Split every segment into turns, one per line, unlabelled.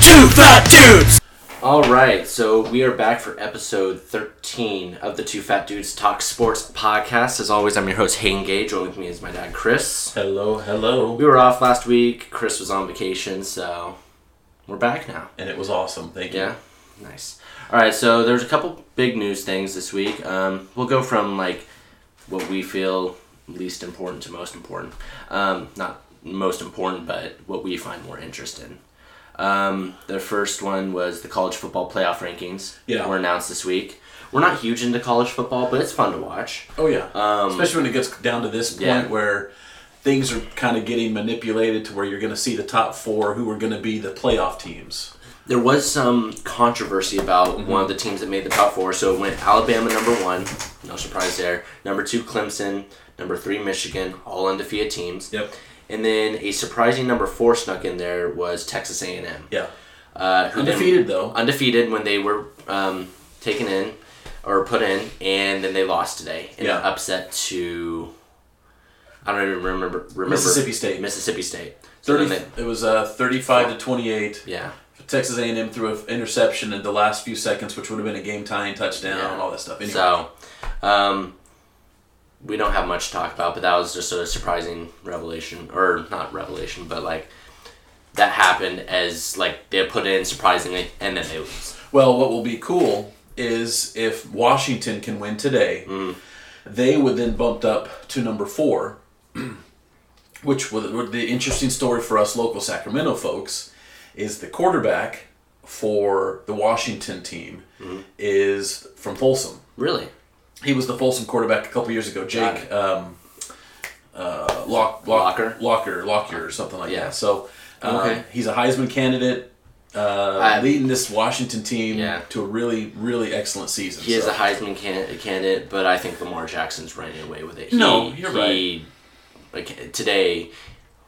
two fat dudes.
All right, so we are back for episode 13 of the Two Fat Dudes Talk Sports podcast. As always, I'm your host, Hayden Gage. Joined with me is my dad, Chris.
Hello, hello.
We were off last week. Chris was on vacation, so we're back now.
And it was awesome. Thank you.
Yeah, nice. All right, so there's a couple big news things this week. Um, we'll go from like what we feel least important to most important. Um, not most important, but what we find more interesting. Um, the first one was the college football playoff rankings
Yeah.
were announced this week. We're not huge into college football, but it's fun to watch.
Oh yeah.
Um,
Especially when it gets down to this point
Yeah.
where things are kind of getting manipulated to where you're going to see the top four who are going to be the playoff teams.
There was some controversy about
Mm-hmm.
one of the teams that made the top four. So it went Alabama number one, no surprise there. Number two, Clemson. Number three, Michigan, all undefeated teams.
Yep.
And then a surprising number four snuck in there was Texas A&M.
Yeah.
Uh, who then-
Undefeated though.
undefeated when they were um, taken in or put in, and then they lost today in
Yeah.
an upset to. I don't even remember. remember
Mississippi State.
Mississippi State. So then
Thirty. It was uh, thirty-five to twenty-eight.
they- yeah.
Texas A&M threw an interception in the last few seconds, which would have been a game-tying touchdown,
Yeah.
all that stuff. Anyway,
So, um, we don't have much to talk about, but that was just a surprising revelation, or not revelation, but like that happened as like they put in surprisingly, and then they lose.
Well, what will be cool is if Washington can win today, they would then bumped up to number four, which was would- the interesting story for us local Sacramento folks is the quarterback for the Washington team is from Folsom.
Really?
He was the Folsom quarterback a couple years ago. Jake
it.
um, uh, Lock,
Locker?
Locker, Lockyer, or something like
Yeah.
that. So um,
Okay.
he's a Heisman candidate, uh,
I-
leading this Washington team
Yeah.
to a really, really excellent season.
He is
so.
a Heisman can- candidate, but I think Lamar Jackson's running away with it. He,
No, you're
he, Like today,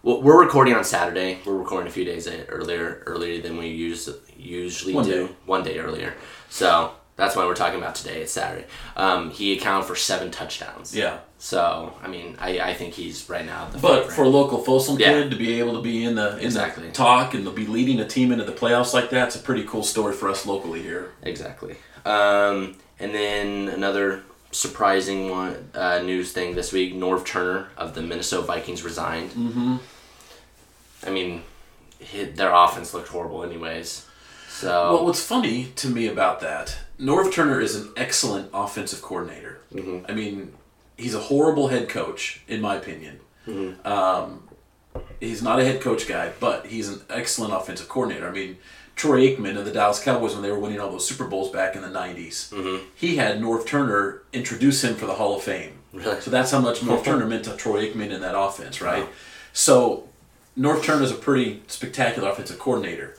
well, we're recording on Saturday. We're recording a few days e- earlier, earlier than we use, usually
One
do.
day.
One day earlier. So that's why we're talking about today. It's Saturday. Um, he accounted for seven touchdowns.
yeah.
So I mean, I, I think he's right now the
But
favorite.
for a local Folsom
Yeah.
kid to be able to be in the in
Exactly.
the talk and to be leading a team into the playoffs like that, it's a pretty cool story for us locally here.
Exactly. Um, and then another surprising one uh, news thing this week: Norv Turner of the Minnesota Vikings resigned. Mm-hmm. I mean, hi their offense looked horrible, anyways. So
Well, what's funny to me about that, Norv Turner is an excellent offensive coordinator. I mean, he's a horrible head coach, in my opinion. Um, he's not a head coach guy, but he's an excellent offensive coordinator. I mean, Troy Aikman of the Dallas Cowboys, when they were winning all those Super Bowls back in the 90s, he had Norv Turner introduce him for the Hall of Fame.
Really?
So that's how much Norv Turner meant to Troy Aikman in that offense, right? So North Turner is a pretty spectacular offensive coordinator.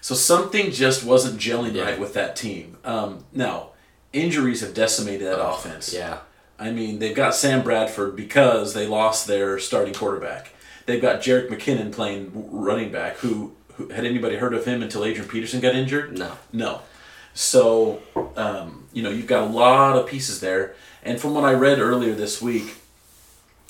So something just wasn't gelling right with that team. Um, now, injuries have decimated that offense.
Oh, yeah,
I mean, they've got Sam Bradford because they lost their starting quarterback. They've got Jarek McKinnon playing w- running back. Who, who had anybody heard of him until Adrian Peterson got injured?
No.
no. So, um, you know, you've got a lot of pieces there. And from what I read earlier this week,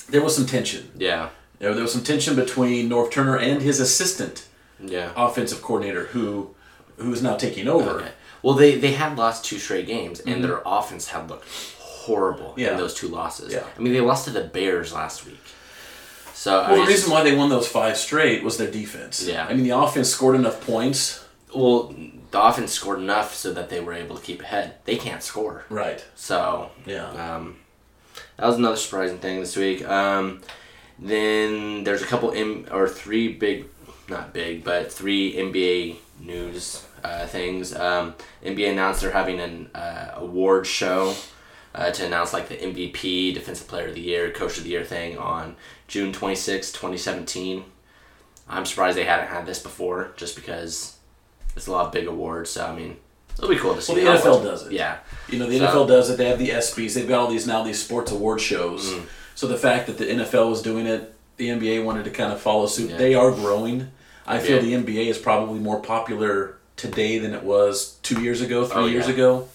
there was some tension.
yeah,
You know, there was some tension between North Turner and his assistant
yeah.
offensive coordinator, who who is now taking over.
Okay. Well, they they had lost two straight games, and their offense had looked horrible
Mm-hmm. Yeah.
in those two losses.
Yeah.
I mean, they lost to the Bears last week. So I
Well,
mean,
the reason why they won those five straight was their defense.
Yeah.
I mean, the offense scored enough points.
well, the offense scored enough so that they were able to keep ahead. They can't score.
Right.
So
Yeah.
um, that was another surprising thing this week. Um, then there's a couple M or three big, not big, but three NBA news uh, things. Um, NBA announced they're having an uh, award show. Uh, to announce like the MVP, Defensive Player of the Year, Coach of the Year thing on June 26, 2017. I'm surprised they hadn't had this before, just because it's a lot of big awards. So I mean, it'll be cool to see.
Well, the
how it
NFL
works.
does it.
Yeah,
You know, the
So-
NFL does it. They have the ESPYS. They've got all these now these sports award shows.
Mm.
So the fact that the NFL was doing it, the NBA wanted to kind of follow suit.
Yeah.
They are growing. I feel
Yeah.
the NBA is probably more popular today than it was two years ago, three
Oh,
years
yeah.
ago.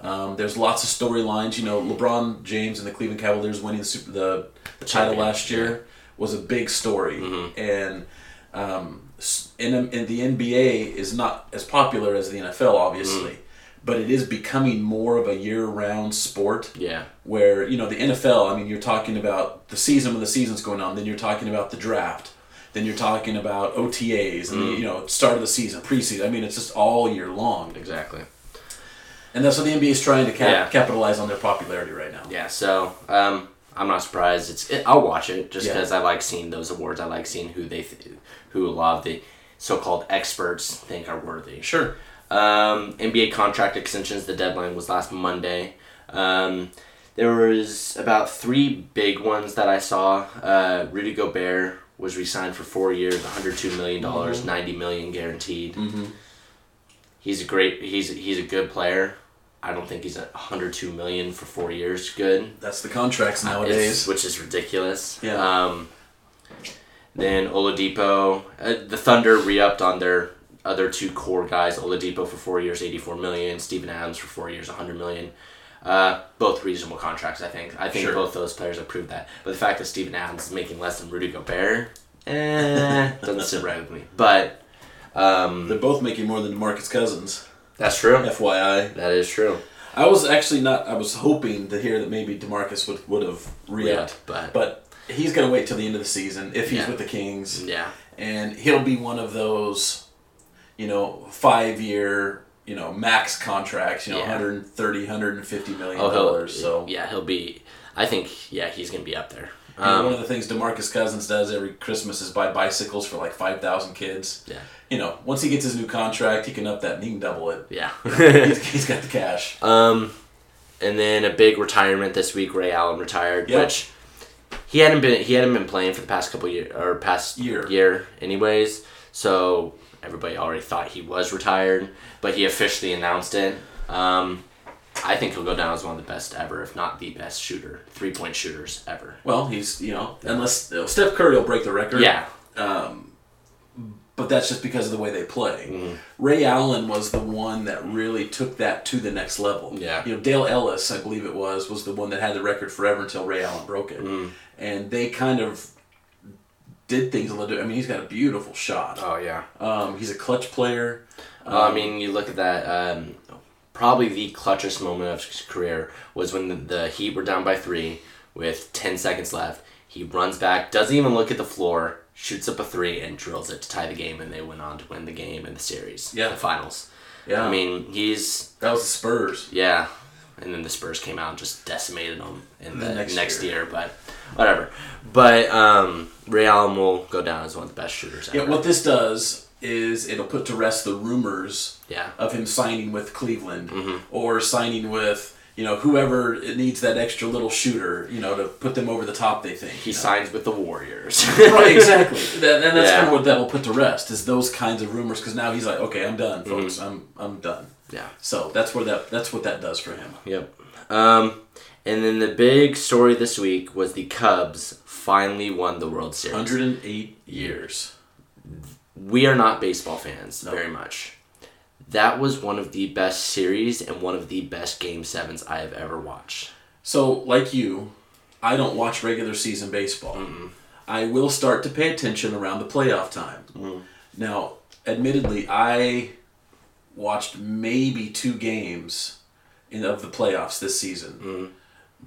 Um, there's lots of storylines. You know, LeBron James and the Cleveland Cavaliers winning the, super, the, the title
Champion,
last year was a big story, and Um, s- and, um, and the NBA is not as popular as the NFL, obviously, but it is becoming more of a year-round sport
Yeah.
where you know the NFL. I mean, you're talking about the season when the season's going on. Then you're talking about the draft. Then you're talking about OTAs and the, you know start of the season, preseason. I mean, it's just all year long,
Exactly.
and that's what the NBA is trying to cap-
Yeah.
capitalize on their popularity right now.
Yeah. So um, I'm not surprised. It's it, I'll watch it just
Yeah.
because I like seeing those awards. I like seeing who they th- who a lot of the so-called experts think are worthy.
Sure.
Um, NBA contract extensions. The deadline was last Monday. Um, there was about three big ones that I saw. Uh, Rudy Gobert was re-signed for four years, one hundred two million dollars, ninety million guaranteed. He's a great. He's he's a good player. I don't think he's a hundred two million for four years. Good.
That's the contracts
Uh, It's-
nowadays.
which is ridiculous.
Yeah.
Um, then Oladipo, uh, the Thunder re-upped on their other two core guys. Oladipo for four years, eighty-four million. Steven Adams for four years, hundred million. Uh, both reasonable contracts, I think. I think
Sure.
both those players have proved that. But the fact that Steven Adams is making less than Rudy Gobert, eh, doesn't sit right with me. But um,
They're both making more than DeMarcus Cousins.
that's true.
FYI,
That is true.
I was actually not. I was hoping to hear that maybe DeMarcus would would have
Yeah,
re-upped,
but,
but he's gonna wait till the end of the season if he's
Yeah.
with the Kings.
yeah,
and he'll be one of those, you know, five year, you know, max contracts, you know,
Yeah.
130, 150 million
oh, he'll,
dollars. So
yeah, he'll be. I think yeah, he's gonna be up there. Um,
And one of the things DeMarcus Cousins does every Christmas is buy bicycles for like 5,000 kids.
Yeah.
You know, once he gets his new contract, he can up that and he can double it.
Yeah.
He's- he's got the cash.
um, and then a big retirement this week. Ray Allen retired,
Yeah.
which he hadn't been he hadn't been playing for the past couple year or past
Year.
anyways. So everybody already thought he was retired, but he officially announced it. Um, I think he'll go down as one of the best ever, if not the best shooter, three point shooters ever.
Well, he's, you know, unless uh, Steph Curry will break the record.
Yeah,
but that's just because of the way they play.
Mm.
Ray Allen was the one that really took that to the next level.
Yeah.
You know, Dale Ellis, I believe it was, was the one that had the record forever until Ray Allen broke it.
Mm.
And they kind of did things a little I mean, he's got a beautiful shot.
oh yeah.
Um, he's a clutch player.
Well, Oh, I mean, you look at that. Um, probably the clutchest moment of his career was when the, the Heat were down by three with ten seconds left. He runs back, doesn't even look at the floor, shoots up a three, and drills it to tie the game. And they went on to win the game and the series,
Yeah.
the finals.
Yeah.
I mean, he's
that was the Spurs.
yeah. And then the Spurs came out and just decimated them in the,
next
next, year. but whatever. But um, Ray Allen will go down as one of the best shooters
Yeah,
ever.
what this does is it'll put to rest the rumors
Yeah.
of him signing with Cleveland
Mm-hmm.
or signing with you know whoever it needs that extra little shooter you know to put them over the top. They think
he
you know?
signs with the Warriors.
right, exactly. That, and that's
Yeah.
kind of what that'll put to rest is those kinds of rumors because now he's like, okay, I'm done, folks. I'm I'm done.
Mm-hmm. yeah.
So that's where that that's what that does for him.
Yep. Um, and then the big story this week was the Cubs finally won the World Series.
108 years.
We are not baseball fans very much. That was one of the best series and one of the best game sevens I have ever watched.
So like you, I don't watch regular season baseball. I will start to pay attention around the playoff time.
Mm.
Now, admittedly, I watched maybe two games in of the playoffs this season,
Mm.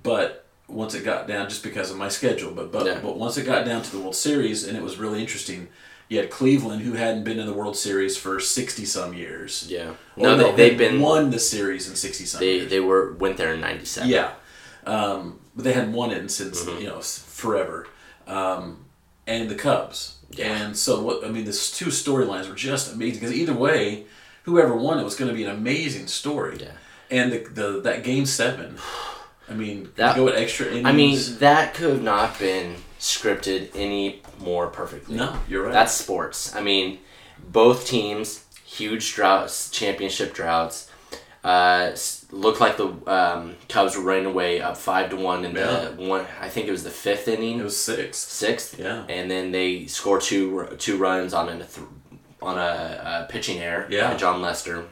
but once it got down, just because of my schedule, but but,
Yeah.
but once it got down to the World Series, and it was really interesting. You had Cleveland, who hadn't been in the World Series for sixty some years.
Yeah.
Or
No, they, they've been
won the series in sixty some.
they
years.
they were went there in '97.
Yeah, um, but they hadn't won it since
Mm-hmm.
you know s- forever, um, and the Cubs.
Yeah.
And so what I mean, these two storylines were just amazing because either way, whoever won it was going to be an amazing story.
Yeah.
And the, the that game seven, I mean,
That-
go at extra innings.
I mean, that could have not been scripted any more perfectly.
no, you're right.
That's sports. I mean, both teams huge droughts, championship droughts. Uh, s- looked like the um, Cubs were running away up five to one in
Yeah.
the one. I think it was the fifth inning,
it was six.
sixth.
Yeah.
and then they score two r- two runs on a th- on a, uh pitching error.
Yeah.
by John Lester,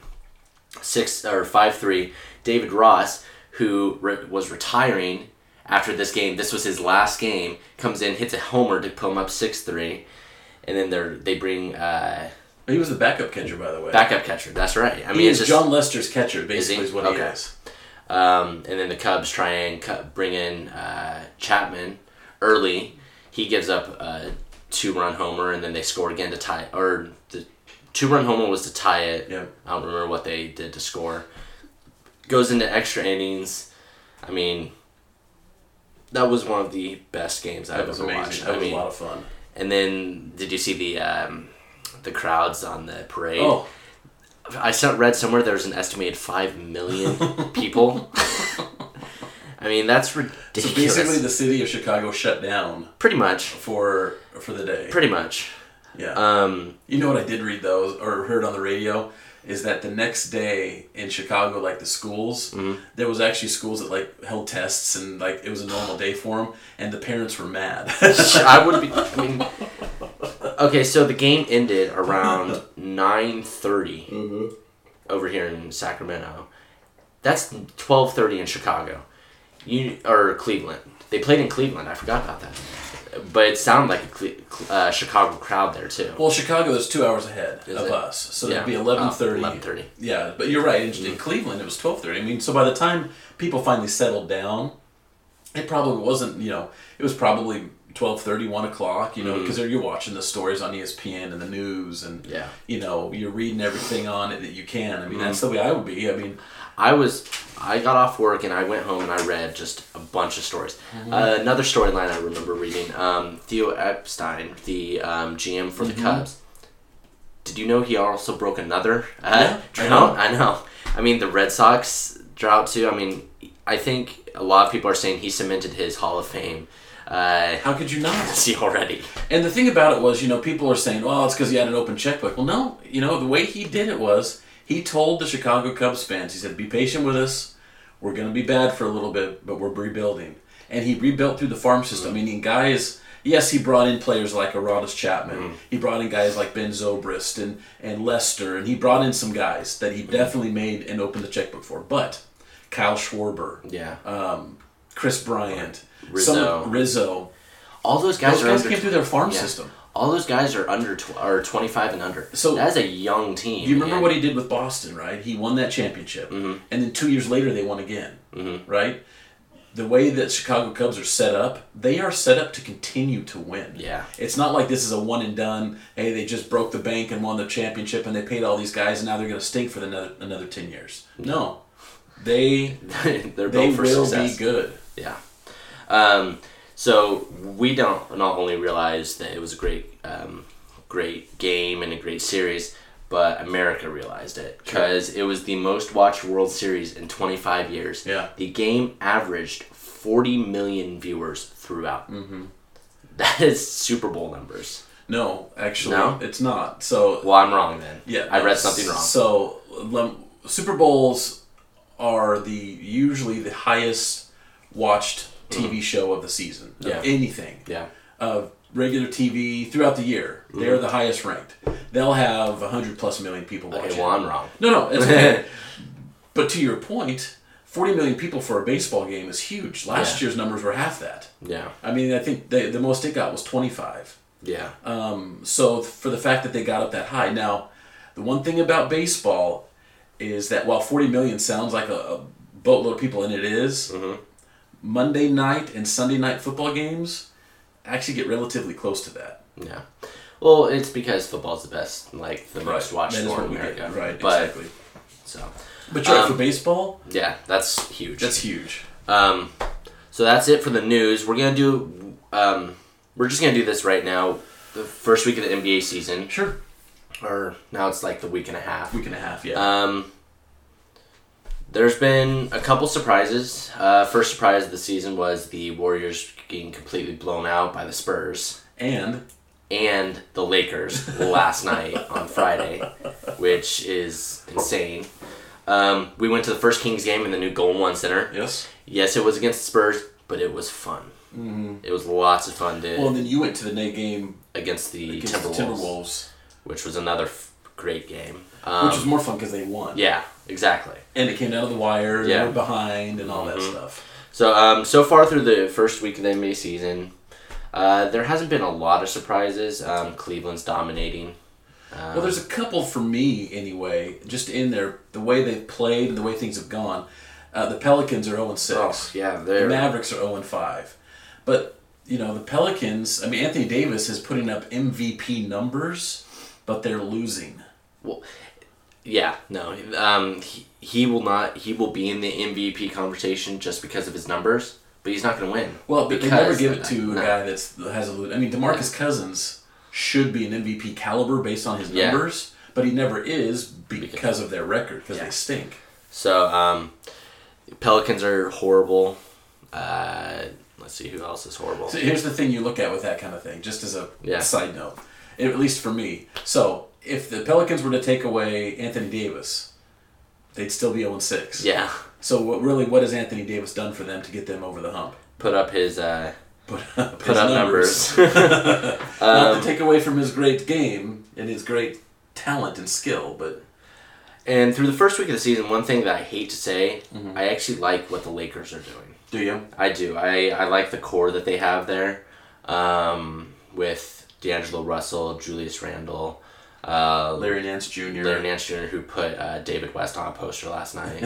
six or five three. David Ross, who re- was retiring after this game, this was his last game. Comes in, hits a homer to put him up six three. and then they they bring uh,
He was the backup catcher, by the way.
backup catcher. That's right. I mean,
he
it's
is
just
John Lester's catcher, basically,
he?
is, what he
Okay.
is.
Um, and then the Cubs try and cut, bring in uh, Chapman early. He gives up a two-run homer, and then they score again to tie. Or the two-run homer was to tie it.
Yeah.
I don't remember what they did to score. Goes into extra innings. I mean, that was one of the best games I've
That was
ever watched.
amazing. That
I
was
mean,
a lot of fun.
and then did you see the um, the crowds on the parade?
Oh,
I saw, read somewhere there's an estimated five million people. I mean, that's
so
ridiculous.
basically, the city of Chicago shut down
pretty much,
for for the day.
pretty much.
Yeah.
Um,
You know what I did read though, or heard on the radio, is that the next day in Chicago, like the schools, there was actually schools that like held tests and like it was a normal day for them, and the parents were mad.
I would be. I mean, okay, so the game ended around nine
Mm-hmm.
over here in Sacramento. That's twelve thirty in Chicago, you or Cleveland. They played in Cleveland. I forgot about that, but it sounded like a Cle- Cle- uh, Chicago crowd there too.
well, Chicago is two hours ahead of
it?
us, so
Yeah.
it'd be eleven thirty.
Oh, 11:30.
Yeah, but you're right. In, in Cleveland, it was twelve thirty. I mean, so by the time people finally settled down, it probably wasn't. You know, it was probably. 12.30 1 o'clock you know because you're watching the stories on E espn and the news and
Yeah.
you know, you're reading everything on it that you can. I mean, that's the way I would be. I mean,
I was I got off work and I went home and I read just a bunch of stories.
Mm-hmm.
Uh, another storyline I remember reading: um, Theo Epstein, the um, GM for
Mm-hmm.
the Cubs. Did you know he also broke another
Yeah,
uh,
I
drought? I know. I mean, the Red Sox drought too. I mean, I think a lot of people are saying he cemented his Hall of Fame. Uh,
how could you not?
see already.
And the thing about it was, you know, people are saying, well, it's because he had an open checkbook. Well, no, you know, the way he did it was he told the Chicago Cubs fans, he said, be patient with us. We're going to be bad for a little bit, but we're rebuilding. And he rebuilt through the farm
Mm-hmm.
system, meaning guys. Yes, he brought in players like Aroldis Chapman.
Mm-hmm.
He brought in guys like Ben Zobrist and, and Lester, and he brought in some guys that
Mm-hmm.
he definitely made and opened the checkbook for. But Kyle Schwarber,
Yeah.
um, Chris Bryant,
Rizzo.
some- Rizzo.
all those guys
Those
are
guys
under
came through their farm
yeah.
system.
All those guys are under tw- are twenty five and under.
So-
So that is a young team.
You remember
and-
what he did with Boston, right? He won that championship,
Mm-hmm.
and then two years later they won again, right? The way that Chicago Cubs are set up, they are set up to continue to win.
Yeah.
it's not like this is a one and done. Hey, they just broke the bank and won the championship, and they paid all these guys, and now they're going to stink for the another, another ten years. No, they
they're
they
Mm-hmm. built for
will
success.
be good.
Yeah. Um, so we don't not only realize that it was a great, um, great game and a great series, but America realized it because it was the most watched World Series in 25 years.
Yeah.
The game averaged 40 million viewers throughout. Mm-hmm. That is Super Bowl numbers.
No, actually,
No?
it's not. So
Well, I'm wrong then.
Yeah,
I read something wrong.
So lem- Super Bowls are the usually the highest watched TV show of the season. of
Mm. Yeah.
anything
yeah.
of regular TV throughout the year, they're the highest ranked. They'll have hundred plus million people watching.
Mm. Okay, well, I'm wrong.
No, no, it's okay. but to your point, forty million people for a baseball game is huge. Last
Yeah.
year's numbers were half that.
Yeah.
I mean, I think the the most it got was twenty five.
Yeah.
Um, so th- for the fact that they got up that high. Now, the one thing about baseball is that while 40 million sounds like a, a boatload of people, and it is,
Mm-hmm.
Monday night and Sunday night football games actually get relatively close to that.
Yeah. Well, it's because football's the best, like the most watched
That is
sport in
what we get.
America.
Right,
But,
exactly.
So,
But you're right,
Um,
for baseball,
yeah, that's huge.
that's huge.
um, so that's it for the news. We're gonna do. Um, we're just gonna do this right now. The first week of the NBA season,
Sure.
or now it's like the week and a half.
Week and a half, yeah.
Um, there's been a couple surprises. Uh, first surprise of the season was the Warriors getting completely blown out by the Spurs
and
and the Lakers last night on Friday, which is insane. Um, we went to the first Kings game in the new Golden One Center.
yes.
Yes, it was against the Spurs, but it was fun. It was lots of fun to,
Mm-hmm. Well, and then you went to the night game
against the
against
Timberwolves,
the Timberwolves,
which was another f- great game. Um,
which was more fun because they won.
yeah, exactly.
And it came down to the wire.
Yeah. Mm-hmm.
They were behind and all that stuff.
So um, so far through the first week of the NBA season, Uh, there hasn't been a lot of surprises. Um, Cleveland's dominating. Um,
Well, there's a couple for me anyway, just in there, the way they've played and the way things have gone. Uh, the Pelicans are 0
oh,
6.
yeah,
The
they're
Mavericks are 0 5. But, you know, the Pelicans, I mean, Anthony Davis is putting up MVP numbers, but they're losing.
yeah no. Um, he, he will not. He will be in the MVP conversation just because of his numbers, but he's not going to win.
Well, but they never
Because-
give it to a
no.
guy that's that has a lose. I mean, DeMarcus Cousins should be an MVP caliber based on his
Yeah.
numbers, but he never is because of their record, because they stink.
So um, Pelicans are horrible. Uh, let's see who else is horrible.
So here's the thing you look at with that kind of thing, just as a
Yeah.
side note, at least for me. So if the Pelicans were to take away Anthony Davis, they'd still be 0 6.
Yeah,
So what, really, what has Anthony Davis done for them to get them over the hump?
put up his uh,
Put up,
put
his
up numbers. Um,
Not to take away from his great game and his great talent and skill, but
and through the first week of the season, one thing that I hate to say,
Mm-hmm.
I actually like what the Lakers are doing.
do you?
I do. I, I like the core that they have there um, with D'Angelo Russell, Julius Randle, uh, Larry,
Larry Nance Jr.
Nance Jr., who put uh, David West on a poster last night.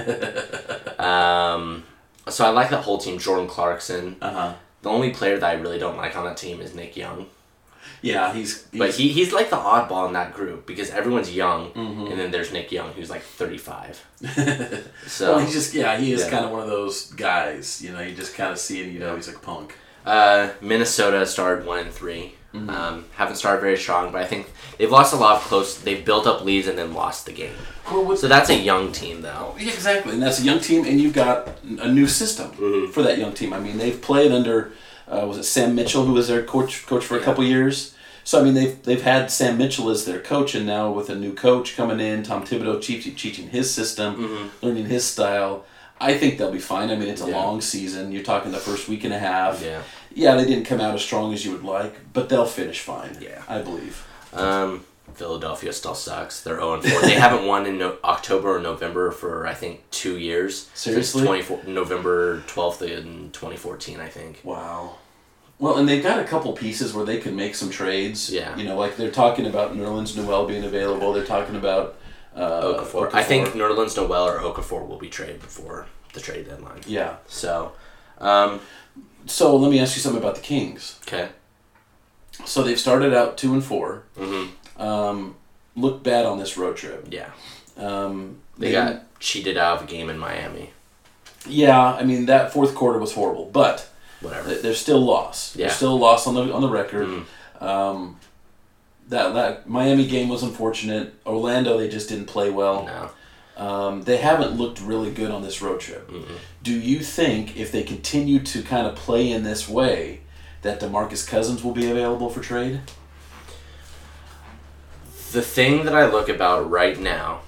um, so I like that whole team. Jordan Clarkson.
Uh huh.
The only player that I really don't like on that team is Nick Young.
Yeah, he's, he's
But he, he's like the oddball in that group because everyone's young,
Mm-hmm.
and then there's Nick Young, who's like 35. so
well, he's just yeah, he is
Yeah.
kind of one of those guys. You know, you just kind of see it, and you know, he's like punk.
Uh, Minnesota started one and 3 Um, haven't started very strong, but I think they've lost a lot of close. They've built up leads and then lost the game.
Well, what's
So that's a young team, though.
Yeah, exactly, and that's a young team, and you've got a new system
Mm-hmm.
for that young team. I mean, they've played under uh, was it Sam Mitchell who was their coach coach for a couple years. So I mean, they've they've had Sam Mitchell as their coach, and now with a new coach coming in, Tom Thibodeau teaching, teaching his system, learning his style. I think they'll be fine. I mean, it's a
Mm-hmm. Yeah.
long season. You're talking the first week and a half.
Yeah.
Yeah, they didn't come out as strong as you would like, but they'll finish fine.
Yeah.
I believe.
Um, Philadelphia still sucks. They're 0 4. they haven't won in no- October or November for, I think, two years. Since
Seriously?
24 November 12th in 2014, I think.
Wow. Well, and they've got a couple pieces where they can make some trades.
Yeah.
You know, like they're talking about Nerlens Noel being available. They're talking about uh,
Okafor. I think Nerlens Noel or Okafor will be traded before the trade deadline.
Yeah.
So, um,
So let me ask you something about the Kings.
okay.
So they've started out two and 4 Mm-hmm. Um, looked bad on this road trip.
Yeah.
Um,
They got cheated out of a game in Miami.
Yeah, I mean that fourth quarter was horrible, but
Whatever.
th- they're still lost.
Yeah. Mm-hmm.
They're still lost on the on the record. Um, that that Miami game was unfortunate. Orlando, they just didn't play well.
No.
Um, they haven't looked really good on this road trip.
Mm-hmm.
Do you think if they continue to kind of play in this way, that Demarcus Cousins will be available for trade?
The thing that I look about right now,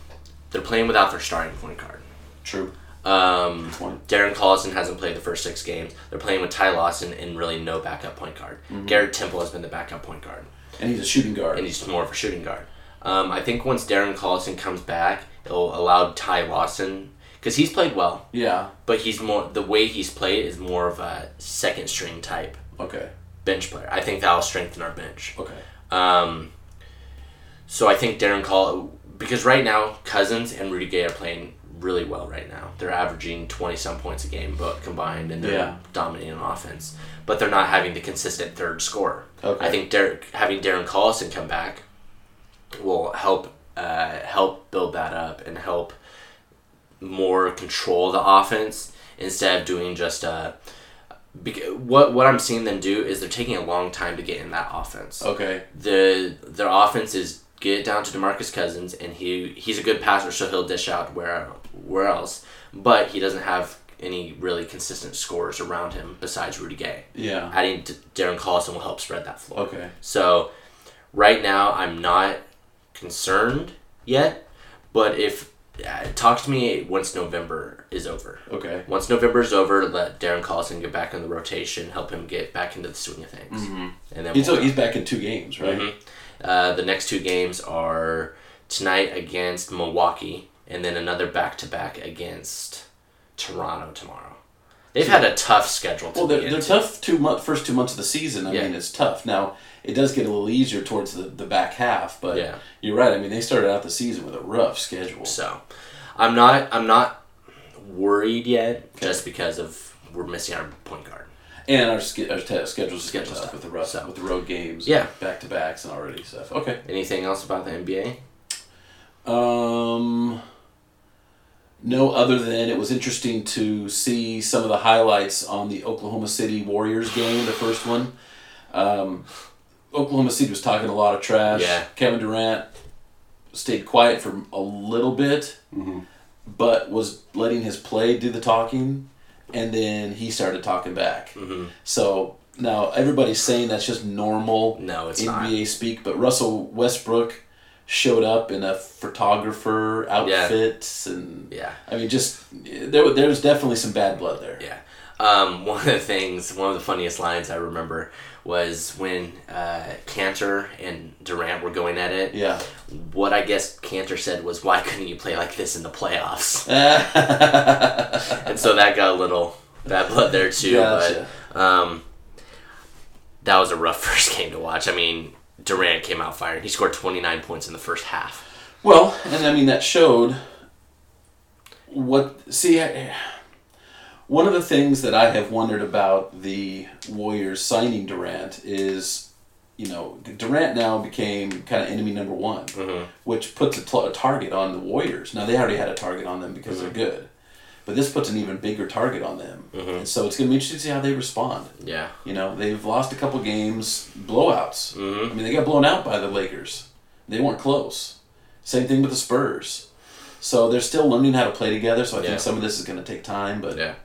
they're playing without their starting point guard.
True.
Um,
Point.
Darren Collison hasn't played the first six games. They're playing with Ty Lawson and really no backup point guard. Garrett Temple has been the backup point guard,
And he's a shooting guard.
and he's more of a shooting guard. Um, I think once Darren Collison comes back, it'll allow Ty Lawson because he's played well,
yeah.
but he's more the way he's played is more of a second string type
Okay.
bench player. I think that'll strengthen our bench.
Okay.
Um, so I think Darren Call because right now Cousins and Rudy Gay are playing really well right now. They're averaging twenty some points a game, but combined, and they're
Yeah.
dominating on offense. But they're not having the consistent third scorer.
Okay.
I think Derek, having Darren Collison come back will help uh, help build that up and help more control the offense instead of doing just uh, bec- what what I'm seeing them do is they're taking a long time to get in that offense
Okay.
the their offense is get it down to Demarcus Cousins, and he he's a good passer, so he'll dish out where where else. But he doesn't have any really consistent scorers around him besides Rudy Gay.
Yeah.
Adding D- Darren Collison will help spread that floor.
Okay.
So right now I'm not concerned yet, but if uh, talk to me once November is over.
Okay.
Once November's over, let Darren Collison get back in the rotation, help him get back into the swing of things, and then
He's, oh,
we'll-
he's back in two games, right?
uh, the next two games are tonight against Milwaukee, and then another back to back against Toronto tomorrow. They've had a tough schedule. To
Well,
be
they're, they're
into.
tough two month, first two months of the season. I
Yeah.
mean, it's tough. Now, it does get a little easier towards the, the back half, but
Yeah.
you're right. I mean, they started out the season with a rough schedule.
So, I'm not I'm not worried yet, just because of we're missing our point guard.
And our, ske- our te- schedule's schedule
Schedule's
tough with the rough,
So-
with the road games,
Yeah.
back to backs, and already stuff. Okay.
Anything else about the NBA?
Um, no, other than it was interesting to see some of the highlights on the Oklahoma City Warriors game, the first one. Um, Oklahoma City was talking a lot of trash.
Yeah.
Kevin Durant stayed quiet for a little bit, but was letting his play do the talking, and then he started talking back. So now everybody's saying that's just normal.
No, it's not.
NBA speak, but Russell Westbrook showed up in a photographer outfit, and
Yeah.
I mean, just there, there was definitely some bad blood there.
Yeah. Um, one of the things, one of the funniest lines I remember was when uh, Cantor and Durant were going at it.
Yeah,
What I guess Cantor said was, "Why couldn't you play like this in the playoffs?" and so that got a little bad blood there too.
Gotcha.
But um, that was a rough first game to watch. I mean, Durant came out firing. He scored twenty nine points in the first half.
well, and I mean that showed what. See, I, one of the things that I have wondered about the Warriors signing Durant is. You know, Durant now became kind of enemy number one, which puts a, pl- a target on the Warriors. Now they already had a target on them because they're good, but this puts an even bigger target on them. And so it's going to be interesting to see how they respond.
Yeah.
You know, they've lost a couple games, blowouts.
Mm-hmm.
I mean, they got blown out by the Lakers. They weren't close. Same thing with the Spurs. So they're still learning how to play together. So I
Yeah.
think some of this is going to take time. But
Yeah.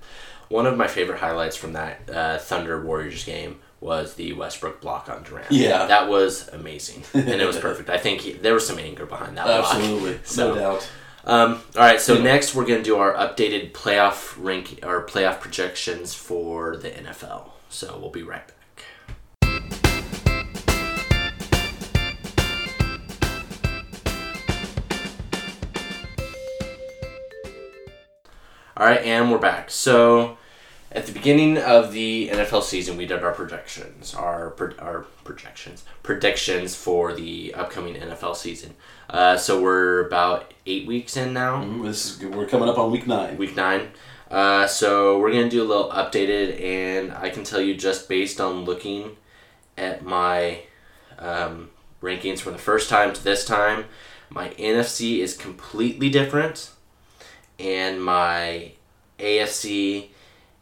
One of my favorite highlights from that uh, Thunder Warriors game was the Westbrook block on Durant.
Yeah.
That was amazing. And it was perfect. I think he, there was some anger behind that block.
absolutely,
So,
no doubt.
Um, all right, so next we're going to do our updated playoff rank or playoff projections for the NFL. So we'll be right back. All right, and we're back. So at the beginning of the NFL season, we did our projections, our pro- our projections, predictions for the upcoming NFL season. Uh, so we're about eight weeks in now,
Mm, This is good. We're coming up on week nine.
week nine. Uh, so we're gonna do a little updated, and I can tell you just based on looking at my um, rankings from the first time to this time, my NFC is completely different, and my AFC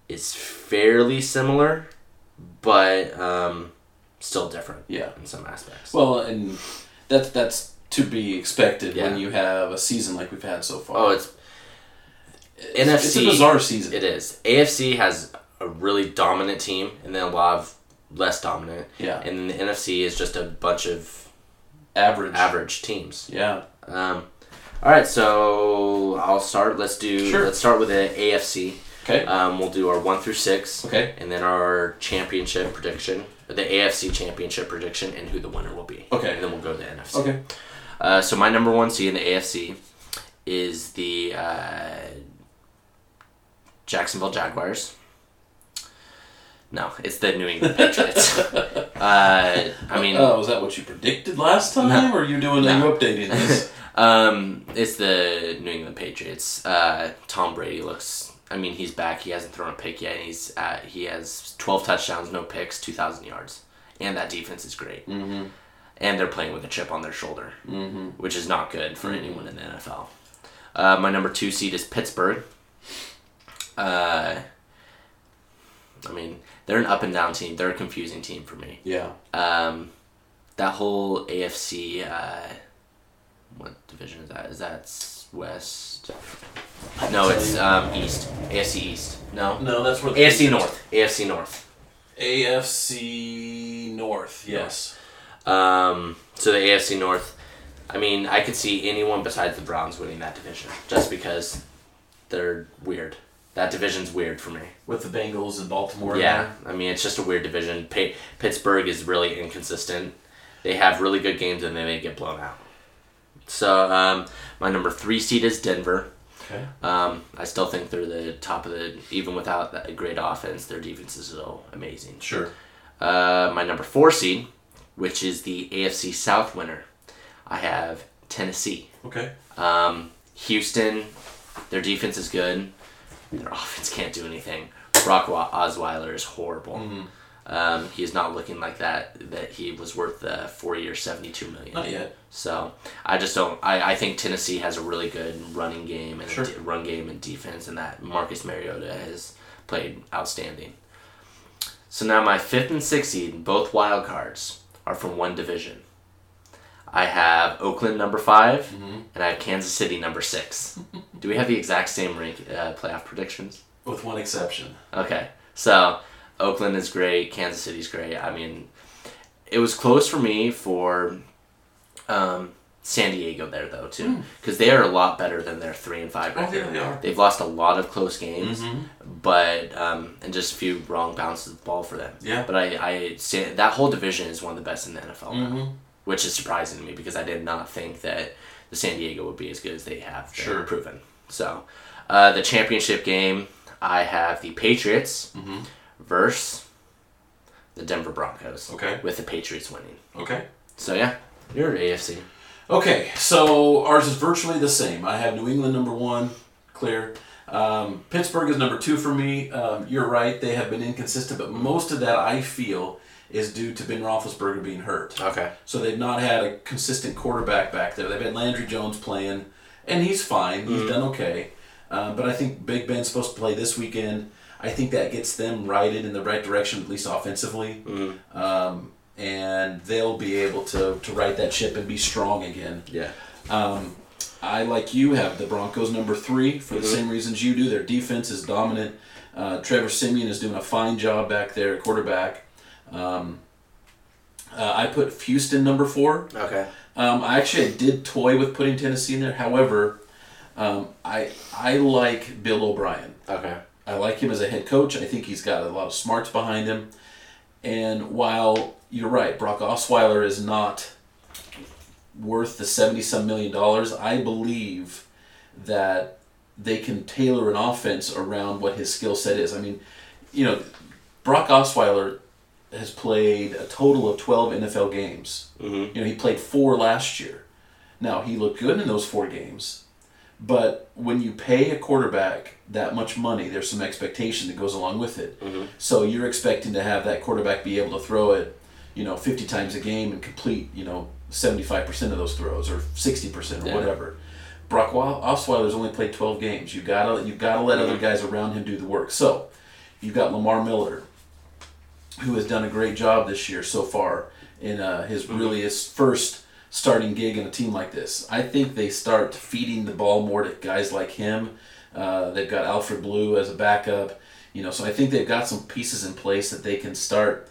is fairly similar, but um, still different
yeah.
in some aspects.
Well, and that's that's to be expected
Yeah.
when you have a season like we've had so far.
oh, it's
It's- It's a
NFC
bizarre season.
It is. AFC has a really dominant team, and then a lot of less dominant. Uh,
Yeah.
And then the NFC is just a bunch of
Average.
average teams.
Yeah.
Um, all right, so I'll start. Let's do.
Sure.
Let's start with the AFC.
Okay.
Um, we'll do our one through six.
Okay.
And then our championship prediction, the AFC championship prediction, and who the winner will be.
Okay.
And then we'll go to the NFC.
okay.
Uh, so my number one seed in the AFC is the uh, Jacksonville Jaguars. No, it's the New England Patriots. uh, I mean,
Oh, is that what you predicted last time, or you're doing? Are you updating this?
um, it's the New England Patriots. Uh, Tom Brady looks. I mean, he's back. He hasn't thrown a pick yet. And he's uh, he has twelve touchdowns, no picks, two thousand yards, and that defense is great. Mm-hmm. And they're playing with a chip on their shoulder, mm-hmm. which is not good for anyone in the NFL. Uh, my number two seed is Pittsburgh. Uh, I mean, they're an up and down team. They're a confusing team for me
yeah.
um, that whole AFC. Uh, what division is that? Is that s- West? No, it's um, East. AFC East. No.
No, that's where the
AFC North. AFC North.
AFC North. Yes.
Um, so the AFC North. I mean, I could see anyone besides the Browns winning that division, just because they're weird. That division's weird for me.
With the Bengals and Baltimore.
Yeah, I mean it's just a weird division. Pa- Pittsburgh is really inconsistent. They have really good games and then they get blown out. So um, my number three seed is Denver.
Okay.
Um, I still think they're the top of the even without that great offense, their defense is still amazing.
Sure.
Uh, my number four seed, which is the AFC South winner, I have Tennessee.
Okay.
Um, Houston, their defense is good. Their offense can't do anything. Brock Wa- Osweiler is horrible. Um, he is not looking like that. That he was worth the four year seventy two million.
Not yet.
So I just don't. I, I think Tennessee has a really good running game and
Sure.
a de- run game and defense, and that Marcus Mariota has played outstanding. So now my fifth and sixth seed, both wild cards, are from one division. I have Oakland number 5
Mm-hmm,
and I have Kansas City number six. Do we have the exact same rank uh, playoff predictions?
With one exception.
Okay. So Oakland is great. Kansas City's great. I mean, it was close for me for um, San Diego there though too, because they are a lot better than their three and five
Hmm. Oh,
record.
yeah, they are.
They've lost a lot of close games,
Mm-hmm,
but um, and just a few wrong bounces of the ball for them.
Yeah.
But I, I San- that whole division is one of the best in the NFL
Mm-hmm.
now, which is surprising to me because I did not think that the San Diego would be as good as they have been
Sure.
proven. So, uh, the championship game, I have the Patriots
Mm-hmm.
versus the Denver Broncos.
Okay.
With the Patriots winning.
Okay.
So yeah, you're AFC.
Okay, so ours is virtually the same. I have New England number one, clear. Um, Pittsburgh is number two for me. Um, you're right; they have been inconsistent, but most of that I feel is due to Ben Roethlisberger being hurt.
Okay.
So they've not had a consistent quarterback back there. They've had Landry Jones playing, and he's fine. He's done okay. Um, but I think Big Ben's supposed to play this weekend. I think that gets them righted in the right direction, at least offensively. Um, and they'll be able to, to right that ship and be strong again.
Yeah.
Um, I, like you, have the Broncos number three for the same reasons you do. Their defense is dominant. Uh, Trevor Simeon is doing a fine job back there at quarterback. Um, uh, I put Houston number four.
Okay.
Um, I actually did toy with putting Tennessee in there. However, um, I I like Bill O'Brien.
Okay.
I like him as a head coach. I think he's got a lot of smarts behind him. And while you're right, Brock Osweiler is not worth the 70 some million dollars, I believe that they can tailor an offense around what his skill set is. I mean, you know, Brock Osweiler has played a total of 12 NFL games. Mm-hmm. You know, he played four last year. Now, he looked good in those four games, but when you pay a quarterback that much money, there's some expectation that goes along with it. So you're expecting to have that quarterback be able to throw it, you know, 50 times a game and complete, you know, 75% of those throws or 60% or
Yeah.
whatever. Brock Wa- Osweiler's only played 12 games. You gotta you gotta let other guys around him do the work. So you've got Lamar Miller, who has done a great job this year so far in uh, his really his first starting gig in a team like this. I think they start feeding the ball more to guys like him. Uh, they've got Alfred Blue as a backup, you know. So I think they've got some pieces in place that they can start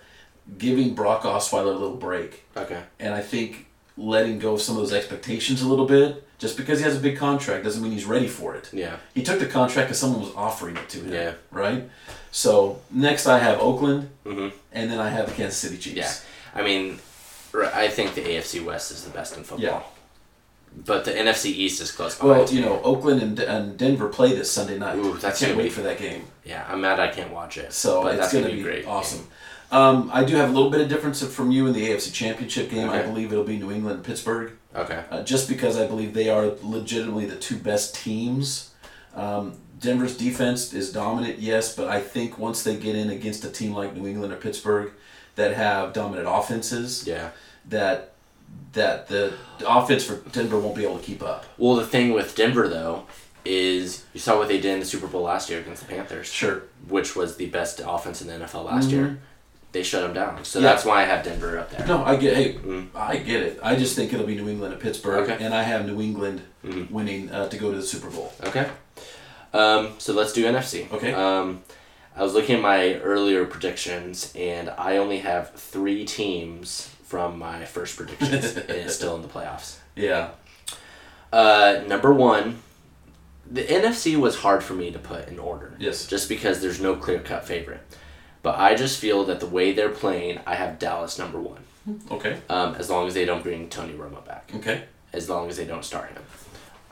giving Brock Osweiler a little break
Okay.
and I think letting go of some of those expectations a little bit, just because he has a big contract doesn't mean he's ready for it.
Yeah.
He took the contract because someone was offering it to him.
Yeah.
Right. So next I have Oakland, and then I have the Kansas City Chiefs.
Mm-hmm. Yeah. I mean, r- I think the AFC West is the best in football.
Yeah.
But the NFC East is close. Oh, behind.
Well, you know, Oakland and, and Denver play this Sunday night.
Ooh, that's
I can't
gonna
wait
be-
for that game.
yeah, I'm mad I can't watch it.
So
but
it's
that's
going
gonna
to be
great.
awesome. Um, I do have a little bit of difference from you in the AFC Championship game. I
Okay.
believe it'll be New England and Pittsburgh.
Okay.
uh, just because I believe they are legitimately the two best teams. Um, Denver's defense is dominant, yes, but I think once they get in against a team like New England or Pittsburgh that have dominant offenses,
Yeah.
that that the offense for Denver won't be able to keep up.
Well, the thing with Denver though is you saw what they did in the Super Bowl last year against the Panthers.
Sure.
Which was the best offense in the NFL last year. They shut them down. So
Mm-hmm. Yeah.
that's why I have Denver up there.
No, I get. Hey, I get it. I just think it'll be New England and Pittsburgh,
Okay.
and I have New England winning uh, to go to the Super Bowl.
Okay. Um, so let's do NFC.
Okay.
Um, I was looking at my earlier predictions, and I only have three teams from my first predictions, and it's still in the playoffs.
Yeah.
Uh, number one, the NFC was hard for me to put in order.
Yes.
Just because there's no clear cut favorite. But I just feel that the way they're playing, I have Dallas number one.
Okay.
Um, as long as they don't bring Tony Romo back
Okay.
as long as they don't start him.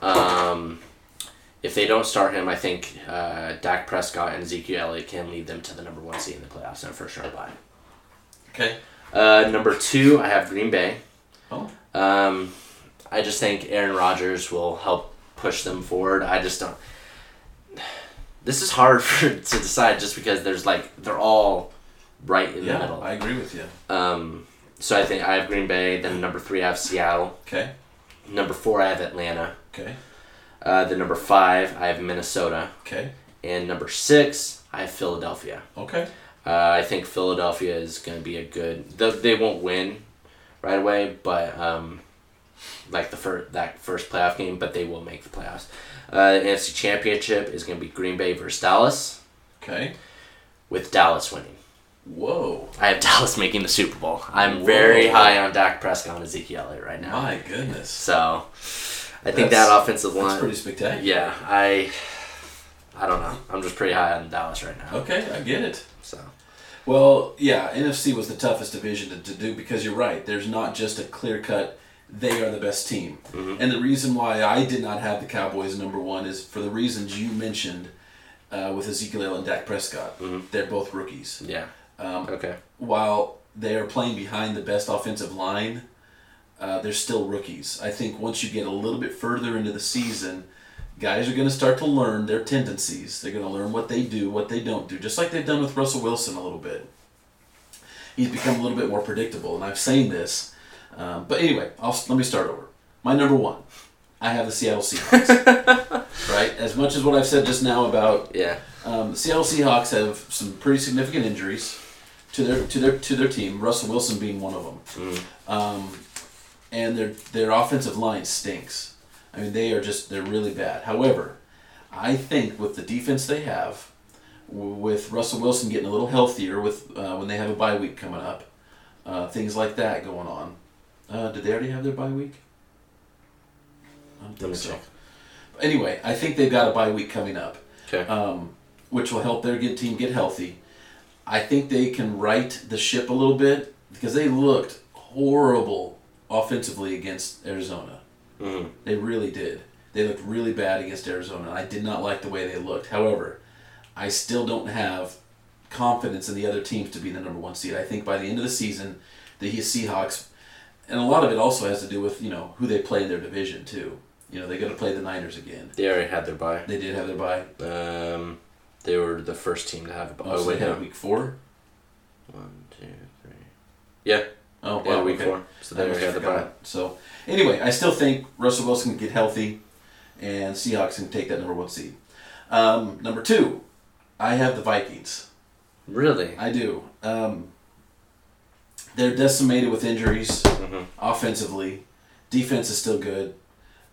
Um, if they don't start him, I think uh, Dak Prescott and Ezekiel Elliott can lead them to the number one seed in the playoffs and a first round bye.
Okay.
Uh, number two, I have Green Bay.
Oh.
Um, I just think Aaron Rodgers will help push them forward. I just don't. This is hard for, to decide just because there's like they're all right in the
Yeah,
middle.
I agree with you.
um, so I think I have Green Bay. Then number three, I have Seattle.
Okay.
Number four, I have Atlanta.
Okay.
Uh, the number five, I have Minnesota,
Okay.
and number six, I have Philadelphia.
Okay.
Uh, I think Philadelphia is going to be a good. They, they won't win right away, but um, like the first that first playoff game, but they will make the playoffs. Uh, the NFC Championship is going to be Green Bay versus Dallas,
Okay.
with Dallas winning.
Whoa.
I have Dallas making the Super Bowl. I'm very
Whoa.
high on Dak Prescott and Ezekiel Elliott right now.
My goodness.
So I think
That's-
that offensive
That's
line.
pretty spectacular.
yeah, I. I don't know. I'm just pretty high on Dallas right now.
Okay, I get it.
So
Well, yeah, NFC was the toughest division to, to do because you're right. There's not just a clear cut, they are the best team. And the reason why I did not have the Cowboys number one is for the reasons you mentioned uh, with Ezekiel and Dak Prescott. They're both rookies.
yeah.
Um,
okay.
While they are playing behind the best offensive line, uh, they're still rookies. I think once you get a little bit further into the season, guys are going to start to learn their tendencies. They're going to learn what they do, what they don't do, just like they've done with Russell Wilson a little bit. He's become a little bit more predictable, and I've seen this. Um, but anyway, I'll, let me start over. My number one, I have the Seattle Seahawks. right? As much as what I've said just now about
Yeah.
um, the Seattle Seahawks have some pretty significant injuries to their to their to their team. Russell Wilson being one of them,
Mm.
um, and their their offensive line stinks. I mean, they are just they're really bad. However, I think with the defense they have, w- with Russell Wilson getting a little healthier, with uh, when they have a bye week coming up, uh, things like that going on. Uh, did they already have their bye week? I don't
Let me
think so.
check.
Anyway, I think they've got a bye week coming up
Okay.
um, which will help their good team get healthy. I think they can right the ship a little bit because they looked horrible offensively against Arizona.
Mhm.
They really did. They looked really bad against Arizona. I did not like the way they looked. However, I still don't have confidence in the other teams to be the number one seed. I think by the end of the season, the Seahawks, and a lot of it also has to do with you know who they play in their division too. You know they got to play the Niners again.
They already had their bye.
They did have their bye.
Um, they were the first team to have a bye.
Oh,
Oh,
so
wait,
they had
no.
week four.
One, two, three. Yeah,
Oh,
yeah,
wow,
week
okay.
four. So they
I
already
almost
had the
forgot.
bye.
So anyway, I still think Russell Wilson can get healthy, and Seahawks can take that number one seed. Um, number two, I have the Vikings.
Really?
I do. Um, they're decimated with injuries
Mhm.
offensively. Defense is still good.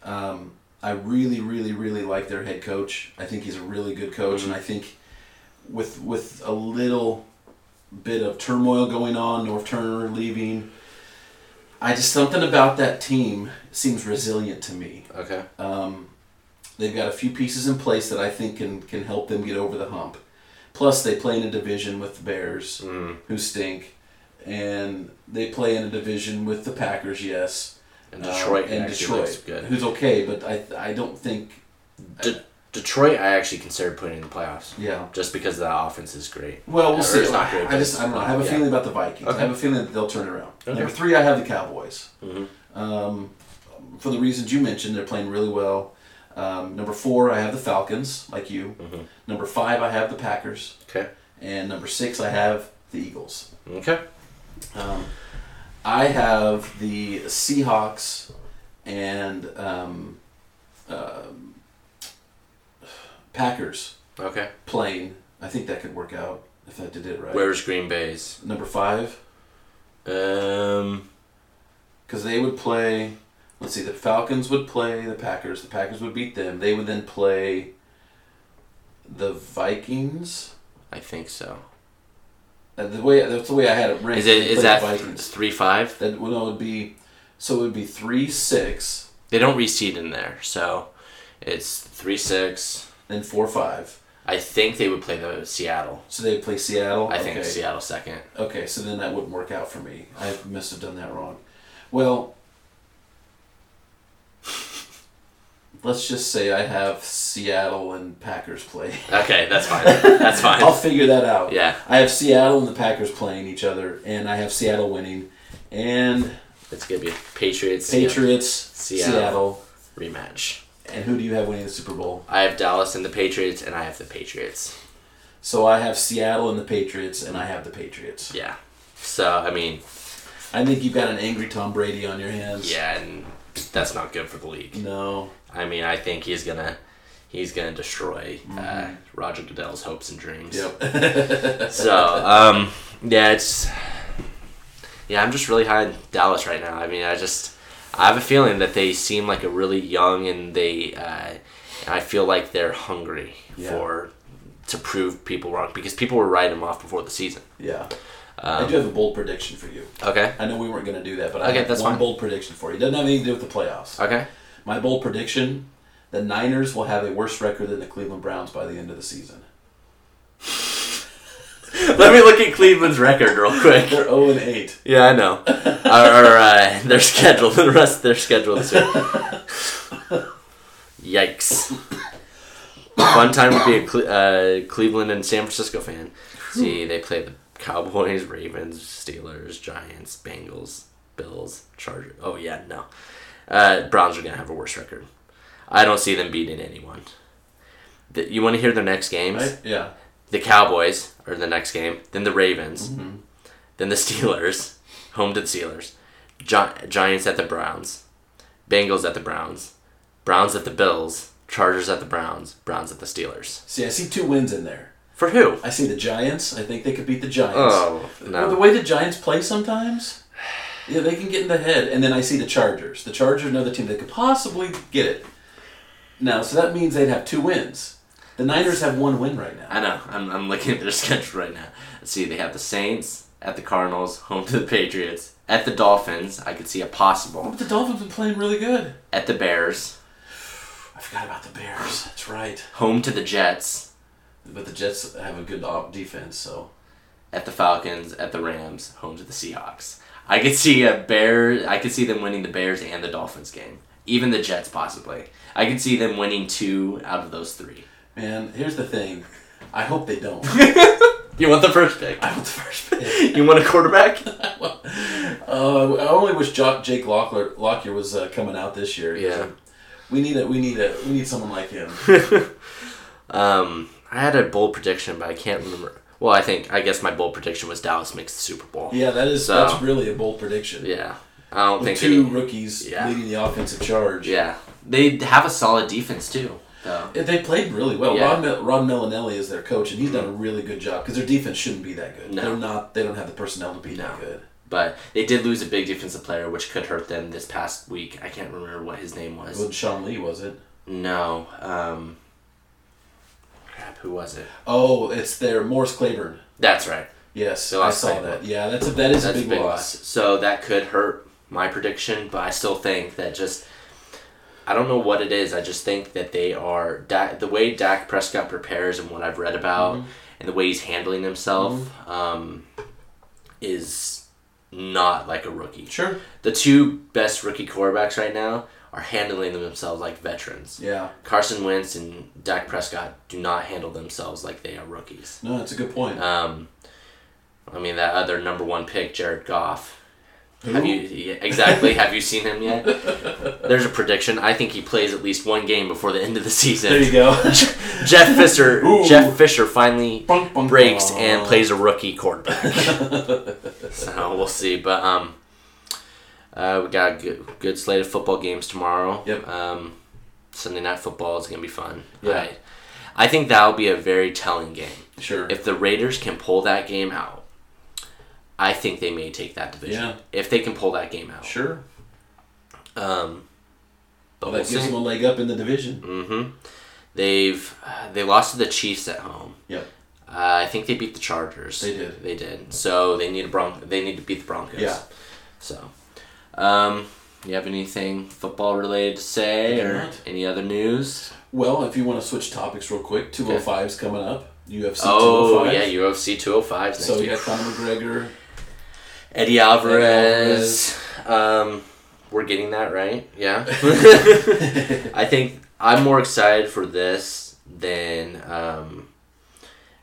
Um, I really, really, really like their head coach. I think he's a really good coach, and I think with with a little bit of turmoil going on, North Turner leaving, I just something about that team seems resilient to me.
Okay.
Um, they've got a few pieces in place that I think can can help them get over the hump. Plus, they play in a division with the Bears,
Mm.
who stink, and they play in a division with the Packers. Yes,
And
um,
Detroit
and
actually
Detroit,
looks good.
who's okay, but I I don't think
De- Detroit, I actually considered putting in the playoffs
yeah.
just because that offense is great.
Well, we'll
Or
see.
it's not great,
I
but
just I don't know. I have a
yeah.
feeling about the Vikings.
Okay.
I have a feeling that they'll turn around.
Okay.
Number three, I have the Cowboys.
Mhm.
Um, for the reasons you mentioned, they're playing really well. Um, number four, I have the Falcons, like you.
Mhm.
Number five, I have the Packers,
Okay.
and number six, I have the Eagles.
Okay.
Um, I have the Seahawks and um, um Packers
Okay.
playing. I think that could work out if I did it right.
Where's Green Bay's?
Number five.
Um.
Because they would play. Let's see, the Falcons would play the Packers. The Packers would beat them. They would then play the Vikings.
I think so.
Uh, the way that's the way I had it ranked.
Is it
They'd
is
play
that
the
th-
Vikings?
three five?
That well, no, it would be so it would be three six,
They don't reseed in there, so it's three six.
then four five.
I think they would play the Seattle.
So they would play Seattle.
I think
okay.
Seattle second.
Okay, so then that wouldn't work out for me. I must have done that wrong. Well, Let's just say I have Seattle and Packers play.
Okay, that's fine. That's fine.
I'll figure that out.
Yeah.
I have Seattle and the Packers playing each other, and I have Seattle winning, and
It's gonna be Patriots.
Patriots,
Seattle.
Seattle.
rematch.
and who do you have winning the Super Bowl?
I have Dallas and the Patriots, and I have the Patriots.
So I have Seattle and the Patriots, and I have the Patriots.
Yeah. So I mean,
I think you've got an angry Tom Brady on your hands.
yeah, and that's not good for the league.
No.
I mean, I think he's gonna he's gonna destroy uh,
Mm-hmm.
Roger Goodell's hopes and dreams.
Yep.
So um, yeah, it's yeah, I'm just really high in Dallas right now. I mean, I just I have a feeling that they seem like a really young and they uh, I feel like they're hungry
Yeah.
for to prove people wrong because people were writing them off before the season. Um,
yeah. I do have a bold prediction for you.
Okay.
I know we weren't going to do that, but I
Okay,
have
that's
one
fine.
bold prediction for you. It doesn't have anything to do with the playoffs.
Okay.
My bold prediction: the Niners will have a worse record than the Cleveland Browns by the end of the season.
Let me look at Cleveland's record real quick.
They're zero and eight.
Yeah, I know. or or, uh, their schedule, the rest of their schedule this week. Yikes. Fun time to be a Cle- uh, Cleveland and San Francisco fan. See, they play the Cowboys, Ravens, Steelers, Giants, Bengals, Bills, Chargers. Oh, yeah, no. Uh, Browns are going to have a worse record. I don't see them beating anyone. Th- you want to hear their next games?
Right? Yeah.
the Cowboys are the next game, then the Ravens, then the Steelers, home to the Steelers, Gi- Giants at the Browns, Bengals at the Browns, Browns at the Bills, Chargers at the Browns, Browns at the Steelers.
See, I see two wins in there.
For who?
I see the Giants. I think they could beat the Giants.
Oh,
Well, the
no.
way the Giants play sometimes, yeah, they can get in the head. And then I see the Chargers. The Chargers are another team that could possibly get it. Now, so that means they'd have two wins. The Niners have one win right now.
I know. I'm, I'm looking at their schedule right now. Let's see, they have the Saints at the Cardinals, home to the Patriots, at the Dolphins. I could see a possible
But the Dolphins have been playing really good.
at the Bears,
I forgot about the Bears. That's right.
home to the Jets,
But the Jets have a good op- defense, so
at the Falcons, at the Rams, home to the Seahawks. I could see a bear. I could see them winning the Bears and the Dolphins game, even the Jets possibly. I could see them winning two out of those three.
man, here's the thing. I hope they don't.
You want the first pick?
I want the first pick.
You want a quarterback?
Uh, I only wish jo- Jake Lockyer, Lockyer was uh, coming out this year.
Yeah.
we need a we need a we need someone like him.
um, I had a bold prediction, but I can't remember. Well, I think I guess my bold prediction was Dallas makes the Super Bowl.
Yeah, that is
So-
that's really a bold prediction.
Yeah. I don't
With
think
two
any-
rookies
Yeah.
leading the offensive charge.
Yeah, they have a solid defense too. Though.
Yeah, Mm-hmm. They played really well.
Yeah.
Ron, Mil- Ron Millinelli is their coach, and he's done a really good job because their defense shouldn't be that good.
No.
They're not. They don't have the personnel to be that good.
But they did lose a big defensive player, which could hurt them this past week. I can't remember what his name was.
It wasn't Sean Lee, was it?
No. Um, crap, who was it?
Oh, it's their Morris Claiborne.
That's right.
Yes,
They
I
lost
saw
Claiborne.
that. Yeah, that's a that is
That's
a big, loss.
So that could hurt my prediction, but I still think that just. I don't know what it is. I just think that they are Dak, the way Dak Prescott prepares and what I've read about
Mm-hmm.
and the way he's handling himself um, is not like a rookie.
Sure.
The two best rookie quarterbacks right now are handling themselves like veterans.
Yeah.
Carson Wentz and Dak Prescott do not handle themselves like they are rookies.
No, that's a good point.
Um, I mean that other number one pick, Jared Goff. Have
Who?
you yeah, exactly? have you seen him yet? There's a prediction. I think he plays at least one game before the end of the season.
there you go.
Jeff Fisher.
Ooh.
Jeff Fisher finally
Bunk, bunk,
breaks
bunk.
and plays a rookie quarterback. so we'll see, but um, uh, we got a good, good slate of football games tomorrow.
Yep.
Um, Sunday night football is gonna be fun.
Yeah.
I, I think that'll be a very telling game.
Sure.
If the Raiders can pull that game out, I think they may take that division.
Yeah.
If they can pull that game out,
sure.
um, but we'll
Well, that gives
see.
them a leg up in the division.
mm-hmm. They've uh, they lost to the Chiefs at home.
Yep.
Uh, I think they beat the Chargers.
They did.
They did. So they need a Bron- They need to beat the Broncos.
Yeah.
So, um, you have anything football related to say,
I do
or
not.
any other news?
Well, if you want to switch topics real quick, 205's coming up. UFC
Oh
205.
yeah, UFC two hundred five.
So you got Conor McGregor.
Eddie Alvarez. Um, we're getting that right. Yeah. I think I'm more excited for this than um,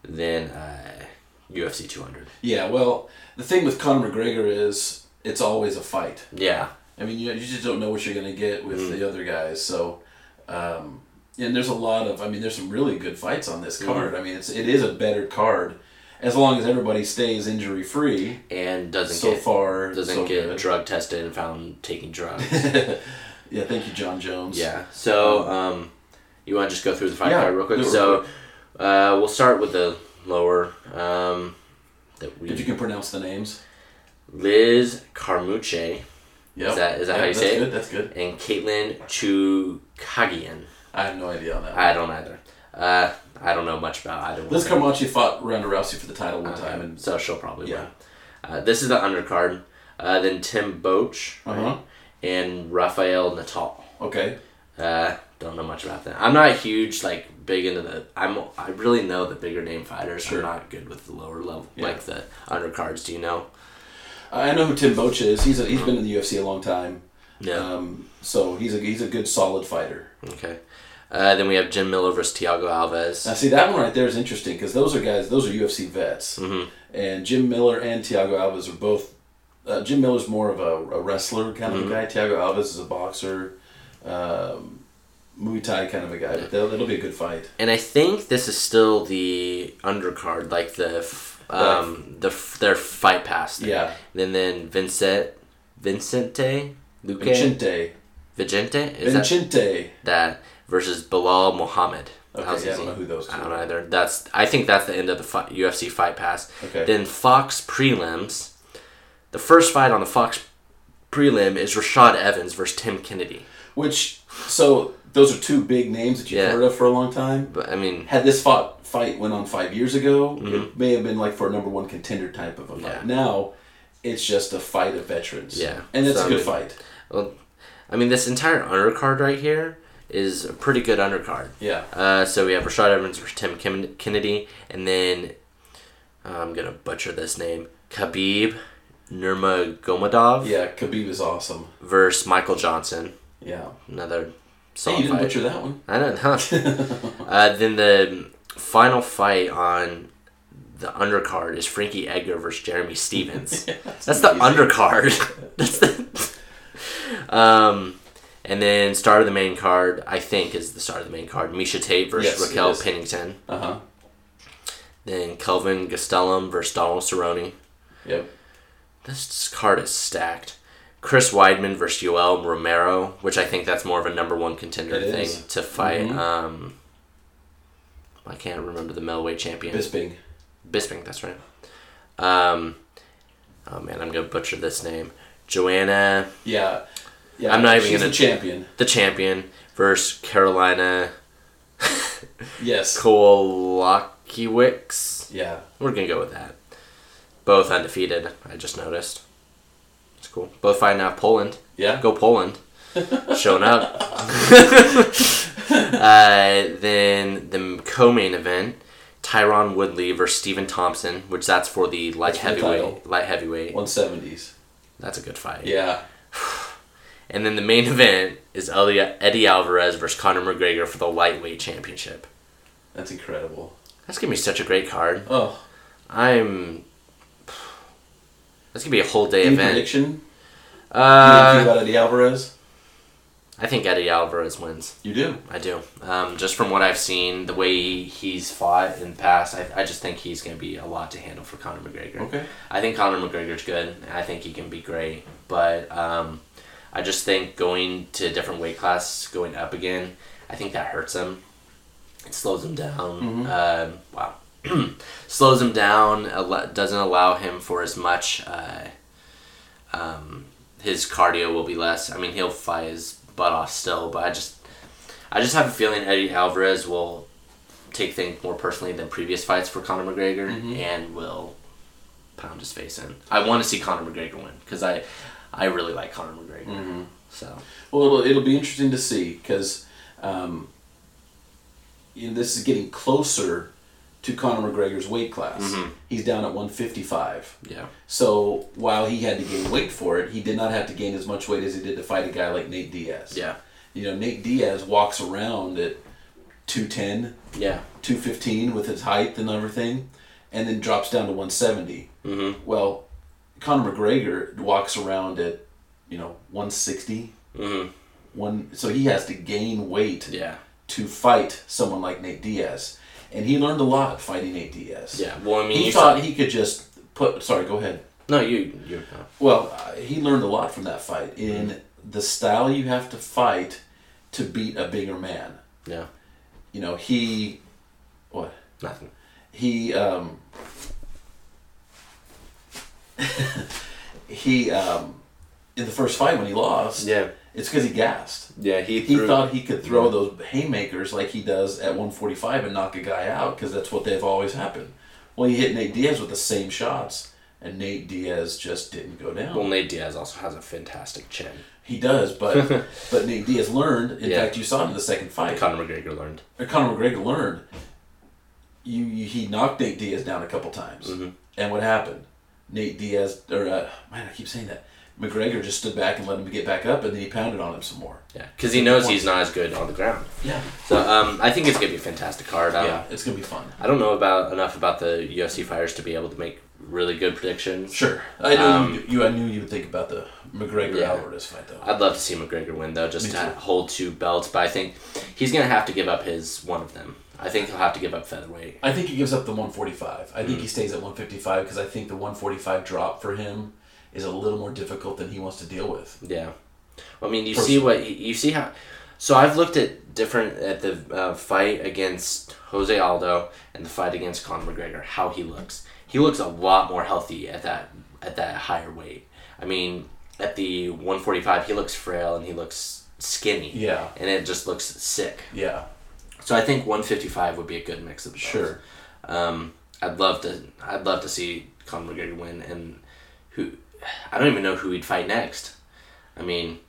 than uh, UFC 200.
Yeah, well, the thing with Conor McGregor is it's always a fight.
Yeah,
I mean, you, you just don't know what you're gonna get with
Mm.
the other guys. So, um, and there's a lot of, I mean, there's some really good fights on
Mm.
this card. I mean, it's it is a better card, as long as everybody stays injury free.
and doesn't
So
get
far,
doesn't
so
get
good.
drug tested and found taking drugs.
yeah, thank you, John Jones.
yeah. So um, you want to just go through the fight
Yeah,
card real quick?
do it real
So uh, we'll start with the lower um, that we
If you can pronounce the names.
Liz Carmuche
Yep.
Is that- is that
Yeah,
how you
that's
say it?
good, That's good.
and Caitlin Chukagian.
I have no idea on that.
I don't either. Uh, I don't know much about either one.
Liz Carmachi fought Ronda Rousey for the title one time, and
so she'll probably
Yeah.
win. Uh, this is the undercard. Uh, then Tim Boach right?
Uh-huh.
and Rafael Natal.
okay,
Uh, don't know much about them. I'm not huge, like big into the. I'm. I really know the bigger name fighters.
Sure.
I'm not good with the lower level,
Yeah.
like the undercards. Do you know?
I know who Tim Boach is. He's a, he's been in the UFC a long time.
No.
Um, so he's a he's a good solid fighter.
okay. Uh, then we have Jim Miller versus Tiago Alves.
Now see that one right there is interesting because those are guys those are UFC vets,
Hmm. Mm-hmm.
and Jim Miller and Tiago Alves are both. Uh, Jim Miller's more of a, a wrestler kind
Hmm.
of a guy. Tiago Alves is a boxer, um, Muay Thai kind of a guy. But that'll, that'll be a good fight.
and I think this is still the undercard, like the f- um the f- their fight pass. Thing.
Yeah.
And then Vincent Vincente Luque
Vincente,
Vicente is
Vincente.
that that versus Bilal Muhammad.
Okay,
How's
yeah,
his
I don't
name?
know who those
I
two
don't
are.
either. That's I think that's the end of the fi- UFC fight pass.
Okay.
Then Fox prelims. The first fight on the Fox prelim is Rashad Evans versus Tim Kennedy.
Which so those are two big names that you've
Yeah.
heard of for a long time.
But I mean,
Had this fought fight went on five years ago, it may have been like for a number one contender type of a fight.
Hmm. Yeah.
Now, it's just a fight of veterans.
Yeah.
and it's
So,
a good
I mean-
fight.
well, I mean this entire undercard right here is a pretty good undercard.
Yeah,
Uh, so we have Rashad Evans versus Tim Kim- Kennedy, and then I'm gonna butcher this name: Khabib Nurmagomedov
yeah. Khabib is awesome.
versus Michael Johnson.
Yeah,
Another
hey,
solid
you didn't
fight.
butcher that one.
I don't know. uh, then the final fight on the undercard is Frankie Edgar versus Jeremy Stevens. That's the undercard. That's the. um, and then start of the main card, I think, is the start of the main card. Misha Tate versus
Yes, it
Raquel
is.
Pennington.
Uh huh.
Then Kelvin Gastelum versus Donald Cerrone.
Yep.
This card is stacked. Chris Weidman versus Yoel Romero, which I think that's more of a number one contender
It
thing
is.
to fight.
Mhm.
Um, I can't remember the middleweight champion.
Bisping.
Bisping, that's right. Um, oh man, I'm gonna butcher this name. Joanna,
Yeah, yeah.
I'm not even
she's
gonna-
the champion.
the champion, versus Carolina
Yes.
Kowalkiewicz.
Yeah.
We're gonna go with that. Both undefeated. I just noticed. It's cool. Both fighting out of Poland.
Yeah.
Go Poland. Showing up. uh, then the co-main event: Tyron Woodley versus Stephen Thompson, which that's for the light
for the
heavyweight.
title.
light heavyweight.
One seventies.
That's a good fight.
Yeah.
And then the main event is Eli- Eddie Alvarez versus Conor McGregor for the lightweight championship.
That's incredible.
That's gonna be such a great card.
Oh,
I'm. That's gonna be a whole day
any
event.
prediction? you
Uh,
about Eddie Alvarez?
I think Eddie Alvarez wins.
You do.
I do. Um, just from what I've seen, the way he's fought in the past, I, I just think he's going to be a lot to handle for Conor McGregor.
Okay.
I think Conor McGregor's good. and I think he can be great. But um, I just think going to a different weight class, going up again, I think that hurts him. It slows him down. Um wow. slows him down, al- doesn't allow him for as much. Uh, um, his cardio will be less. I mean, he'll fight his butt off still, but I just, I just have a feeling Eddie Alvarez will take things more personally than previous fights for Conor McGregor and will pound his face in. I want to see Conor McGregor win because I, I really like Conor McGregor. So
Well, it'll, it'll be interesting to see because um, you know, this is getting closer to Conor McGregor's weight class.
Mm-hmm.
He's down at 155.
yeah,
So while he had to gain weight for it, he did not have to gain as much weight as he did to fight a guy like Nate Diaz.
yeah,
You know, Nate Diaz walks around at 210,
Yeah.
215 with his height and everything, and then drops down to 170. Mm-hmm. Well, Conor McGregor walks around at, you know, 160.
Mhm.
One, so he has to gain weight
Yeah.
to fight someone like Nate Diaz. And he learned a lot fighting Nate Diaz.
Yeah. Well, I mean,
He
you
thought he could just put. Sorry, go ahead.
no, you you. no.
Well, uh, he learned a lot from that fight in the style you have to fight to beat a bigger man.
Yeah.
You know, he. What?
Nothing.
he um, he um, in the first fight when he lost
Yeah.
it's because he gassed
Yeah. He
he
threw.
thought he could throw those haymakers like he does at 145 and knock a guy out because that's what they've always happened well he hit nate diaz with the same shots and nate diaz just didn't go down
well, Nate Diaz also has a fantastic chin.
he does but but nate diaz learned in
Yeah.
fact you saw it in the second fight
Conor McGregor learned.
or Conor McGregor learned, you, you he knocked Nate Diaz down a couple times,
Mm-hmm.
and what happened? Nate Diaz or uh, man, I keep saying that McGregor just stood back and let him get back up, and then he pounded on him some more.
Yeah. Because he knows he's not as good on the ground.
Yeah,
So um, I think it's gonna be a fantastic card. Um,
yeah, it's gonna be fun.
I don't know about enough about the UFC fighters to be able to make really good predictions.
Sure, I know
Um,
you, you. I knew you would think about the McGregor
Yeah.
Alvarez fight though.
I'd love to see McGregor win though, just
Me
to
too.
hold two belts. But I think he's gonna have to give up his one of them. I think he'll have to give up featherweight.
I think he gives up the 145. I think
Mm.
he stays at 155 because I think the 145 drop for him is a little more difficult than he wants to deal with.
Yeah, I mean, you
First-
see what you, you see how. So I've looked at different at the uh, fight against Jose Aldo and the fight against Conor McGregor. How he looks. He looks a lot more healthy at that at that higher weight. I mean, at the one forty five, he looks frail and he looks skinny.
Yeah,
and it just looks sick.
yeah,
So I think 155 would be a good mix of both.
sure.
Um, I'd love to. I'd love to see Conor McGregor win, and who? I don't even know who he'd fight next. I mean,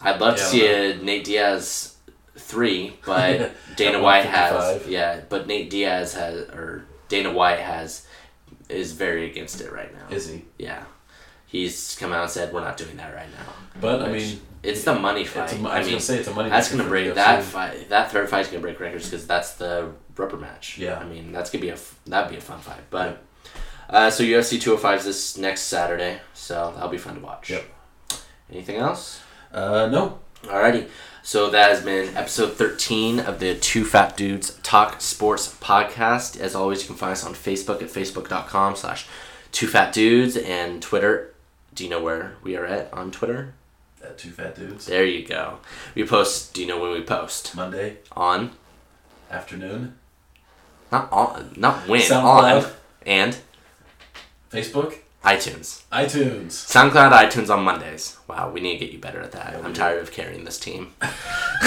I'd love to
Yeah, I
see
don't
a Nate Diaz three, but Dana
At
White has
155.
yeah, but Nate Diaz has or Dana White has is very against it right now.
Is he?
yeah, he's come out and said we're not doing that right now.
But I
Which-
mean,
it's the money fight.
It's a, I
I
was
mean,
gonna say it's a money.
that's
maker
gonna
for
break
UFC.
that fight. That third fight's gonna break records because that's the rubber match.
Yeah.
I mean that's gonna be a f- that'd be a fun fight. But uh, so UFC two hundred five is this next Saturday, so that'll be fun to watch.
Yep.
Anything else?
Uh, no.
Alrighty. So that has been episode 13 of the Two Fat Dudes Talk Sports podcast. As always, you can find us on Facebook at facebook.com slash two fat dudes and Twitter. Do you know where we are at on Twitter?
Uh, two fat dudes.
There you go. We post, do you know when we post?
Monday
On
afternoon.
not on, not when
SoundCloud.
on and
Facebook,
iTunes,
iTunes.
SoundCloud, iTunes on Mondays. Wow, we need to get you better at that.
Yeah, we
I'm
do.
tired of carrying this team.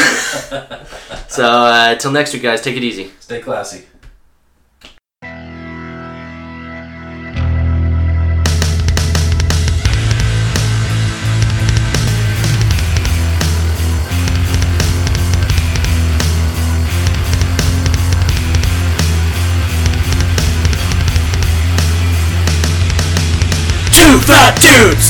so uh, till next week, guys, take it easy.
Stay classy.
Two fat dudes.